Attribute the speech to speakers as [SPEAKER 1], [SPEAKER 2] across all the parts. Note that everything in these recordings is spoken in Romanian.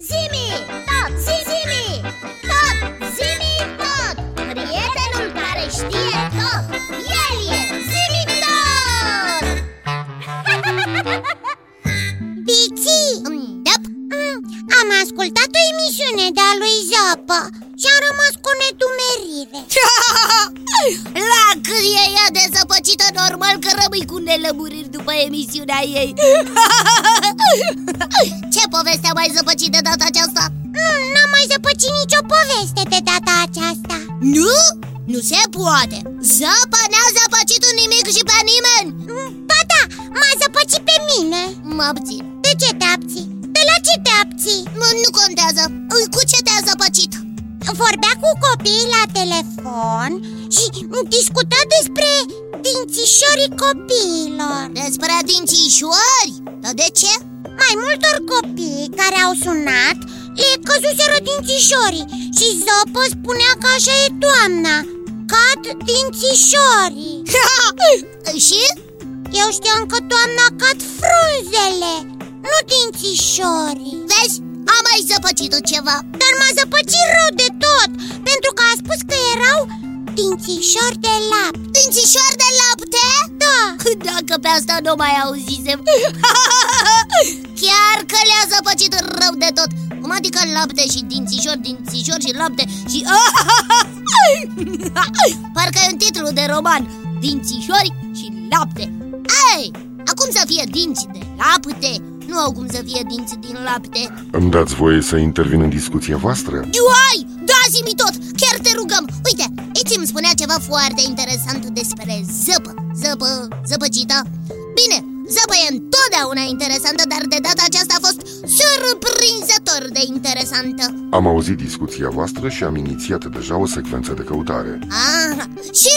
[SPEAKER 1] Zimi, tot, zimi, tot, zimi, tot Prietenul care știe tot, el e zimi tot Biții, dăp Am ascultat o emisiune de-a lui Zopă și am rămas cu nedumerire La cât e ea dezăpăcită, normal că rămâi cu nelămuriri după emisiunea ei ce poveste mai zăpăcit de data aceasta? Nu, Mm, n-am mai zăpăcit nicio poveste de data aceasta Nu? Nu se poate! Zăpa n-a zăpăcit un nimic și pe nimeni! Ba da, m-a zăpăcit pe mine Mă abțin De ce te abții? De la ce te abții? Nu, nu contează Cu ce te-a zăpăcit? Vorbea cu copiii la telefon și discuta despre dințișorii copiilor Despre dințișori? Dar de ce? Mai multor copii care au sunat le căzuseră dințișorii Și Zopă spunea că așa e toamna Cad dințișorii Și? Eu știam că toamna cad frunzele Nu dințișorii Vezi? A mai zăpăcit ceva Dar m-a zăpăcit rău de tot Pentru că a spus că erau dințișori de lapte Dințișori de lapte? Da Dacă pe asta nu mai auzisem Chiar că le-a zăpăcit rău de tot Cum adică lapte și dințișor, dințișor și lapte și... Parcă e un titlu de roman Dințișori și lapte Ei, acum să fie dinți de lapte Nu au cum să fie dinți din lapte
[SPEAKER 2] Îmi dați voie să intervin în discuția voastră?
[SPEAKER 1] Joai, dați-mi tot, chiar te rugăm Uite, Eti îmi spunea ceva foarte interesant despre zăpă Zăpă, zăpăcita Bine, zăpă e întotdeauna interesantă Dar de data aceasta a fost surprinzător de interesantă
[SPEAKER 2] Am auzit discuția voastră și am inițiat deja o secvență de căutare.
[SPEAKER 1] Ah, și?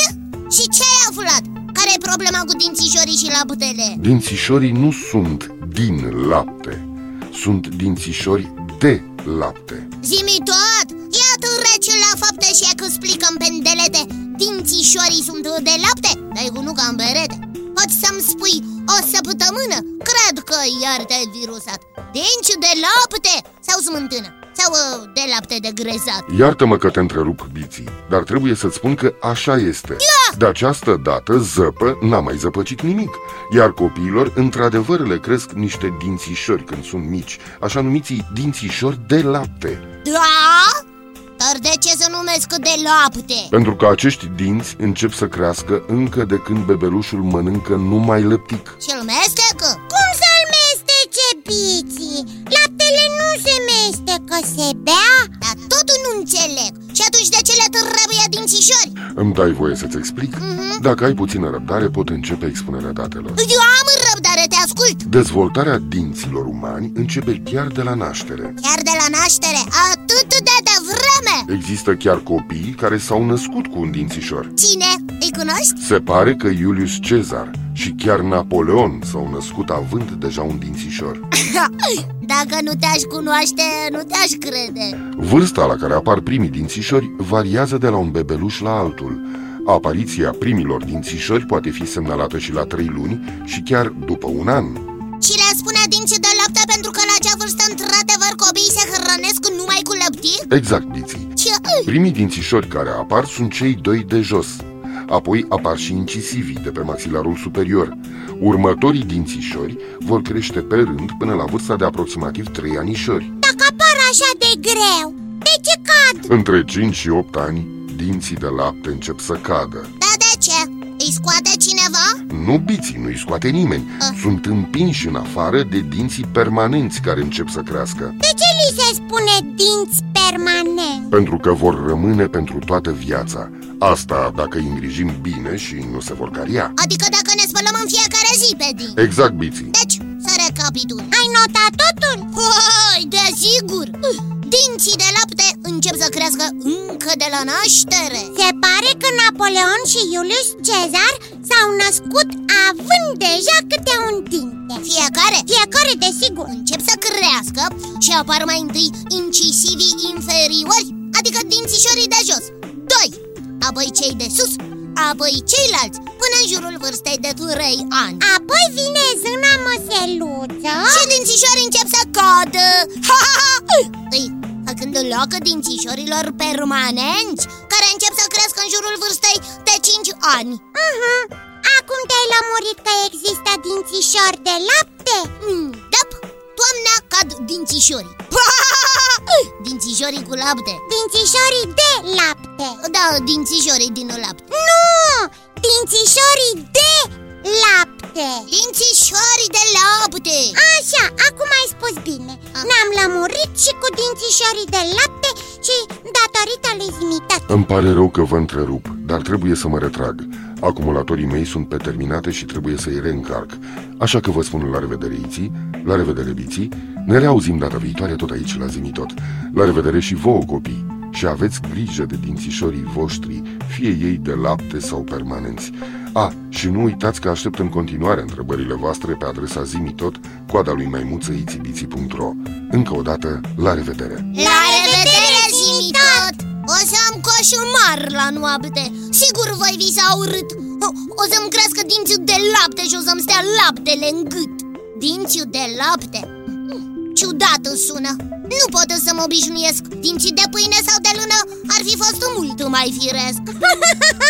[SPEAKER 1] Și ce ai aflat? care e problema cu dințișorii și laptele?
[SPEAKER 2] Dințișorii nu sunt din lapte, sunt dințișori de lapte.
[SPEAKER 1] Zimi tot! Iată rece la fapte și ia că splicăm pendelete Dințișorii sunt de lapte, dar nu ca în berete Poți să-mi spui o săptămână? Cred că iar te-ai virusat Dinci de lapte sau smântână? Sau uh, de lapte de grezat?
[SPEAKER 2] Iartă-mă că te întrerup, Biții, dar trebuie să-ți spun că așa este. De această dată, zăpă n-a mai zăpăcit nimic, iar copiilor, într-adevăr, le cresc niște dințișori când sunt mici, așa numiții dințișori de lapte,
[SPEAKER 1] Da? Dar de ce să numesc de lapte?
[SPEAKER 2] pentru că acești dinți încep să crească încă de când bebelușul mănâncă numai lăptic.
[SPEAKER 1] Și-l mestecă? Cum să-l mestece, Biții? Laptele nu se mestecă, se bea Dar totul nu înțeleg Și atunci de ce le trebuie din cișori?
[SPEAKER 2] Îmi dai voie să-ți explic?
[SPEAKER 1] Mhm.
[SPEAKER 2] Dacă ai puțină răbdare, pot începe expunerea datelor.
[SPEAKER 1] Eu am răbdare, te ascult
[SPEAKER 2] Dezvoltarea dinților umani începe chiar de la naștere.
[SPEAKER 1] Chiar de la naștere, atât de devreme
[SPEAKER 2] Există chiar copii care s-au născut cu un dințișor.
[SPEAKER 1] Cine? Îi cunoști?
[SPEAKER 2] Se pare că Iulius Cezar și chiar Napoleon s-au născut având deja un dințișor.
[SPEAKER 1] Dacă nu te-aș cunoaște, nu te-aș crede
[SPEAKER 2] Vârsta la care apar primii dințișori variază de la un bebeluș la altul. Apariția primilor dințișori poate fi semnalată și la 3 luni și chiar după un an.
[SPEAKER 1] Și le spunea dinți de lapte pentru că la acea vârstă, într-adevăr, copiii se hrănesc numai cu lăptic?
[SPEAKER 2] Exact, Biții.
[SPEAKER 1] Ce?
[SPEAKER 2] Primii dințișori care apar sunt cei doi de jos. Apoi apar și incisivii de pe maxilarul superior. Următorii dințișori vor crește pe rând până la vârsta de aproximativ 3 anișori.
[SPEAKER 1] Dacă apar așa de greu, de ce cad?
[SPEAKER 2] Între 5 și 8 ani, dinții de lapte încep să cadă.
[SPEAKER 1] Da, de ce? Îi scoate cineva?
[SPEAKER 2] Nu biții, nu-i scoate nimeni. Sunt împinși în afară de dinții permanenți care încep să crească,
[SPEAKER 1] De ce li se spune dinți permanent?
[SPEAKER 2] pentru că vor rămâne pentru toată viața. Asta dacă îi îngrijim bine și nu se vor caria.
[SPEAKER 1] Adică dacă ne spălăm în fiecare zi pe dinți
[SPEAKER 2] Exact, biții.
[SPEAKER 1] Deci, să recapitul Ai notat totul? Hoi, desigur Dinții de lapte încep să crească încă de la naștere Se pare că Napoleon și Iulius Cezar s-au născut având deja câte un dinte Fiecare? Fiecare, desigur Încep să crească și apar mai întâi incisivii inferiori Adică dințișorii de jos Doi Apoi cei de sus apoi ceilalți până în jurul vârstei de 3 ani
[SPEAKER 3] Apoi vine zâna măseluță
[SPEAKER 1] Și dințișorii încep să cadă Ha, ha, ha! Îi făcând loc dințișorilor permanenți Care încep să crească în jurul vârstei de 5 ani
[SPEAKER 3] uh-huh. Acum te-ai lămurit că există dințișori de lapte?
[SPEAKER 1] Mm, Dap, toamna cad dințișorii Dințișorii cu lapte
[SPEAKER 3] Dințișorii de lapte
[SPEAKER 1] Da, dințișorii din lapte
[SPEAKER 3] Nu! Dințișorii de lapte
[SPEAKER 1] Dințișorii de lapte
[SPEAKER 3] Așa, acum ai spus bine
[SPEAKER 1] Ah.
[SPEAKER 3] Ne-am lămurit și cu dințișorii de lapte și datorită lui Zmităț
[SPEAKER 2] Îmi pare rău că vă întrerup, dar trebuie să mă retrag. Acumulatorii mei sunt pe terminate și trebuie să-i reîncarc. Așa că vă spun la revedere, Iții, la revedere, Biții. Ne reauzim data viitoare tot aici la Zimitot. La revedere și vouă, copii! Și aveți grijă de dințișorii voștri, fie ei de lapte sau permanenți. A, și nu uitați că aștept în continuare întrebările voastre pe adresa zimitot, coada lui maimuțăițibiții.ro. Încă o dată, la revedere!
[SPEAKER 1] La revedere, Zimitot! O să am coșul mare la noapte Sigur voi visa urât O, o să-mi crească dințiul de lapte și o să-mi stea laptele în gât Dințiul de lapte? Mm, Ciudat îmi sună Nu pot să mă obișnuiesc Dinții de pâine sau de lună ar fi fost mult mai firesc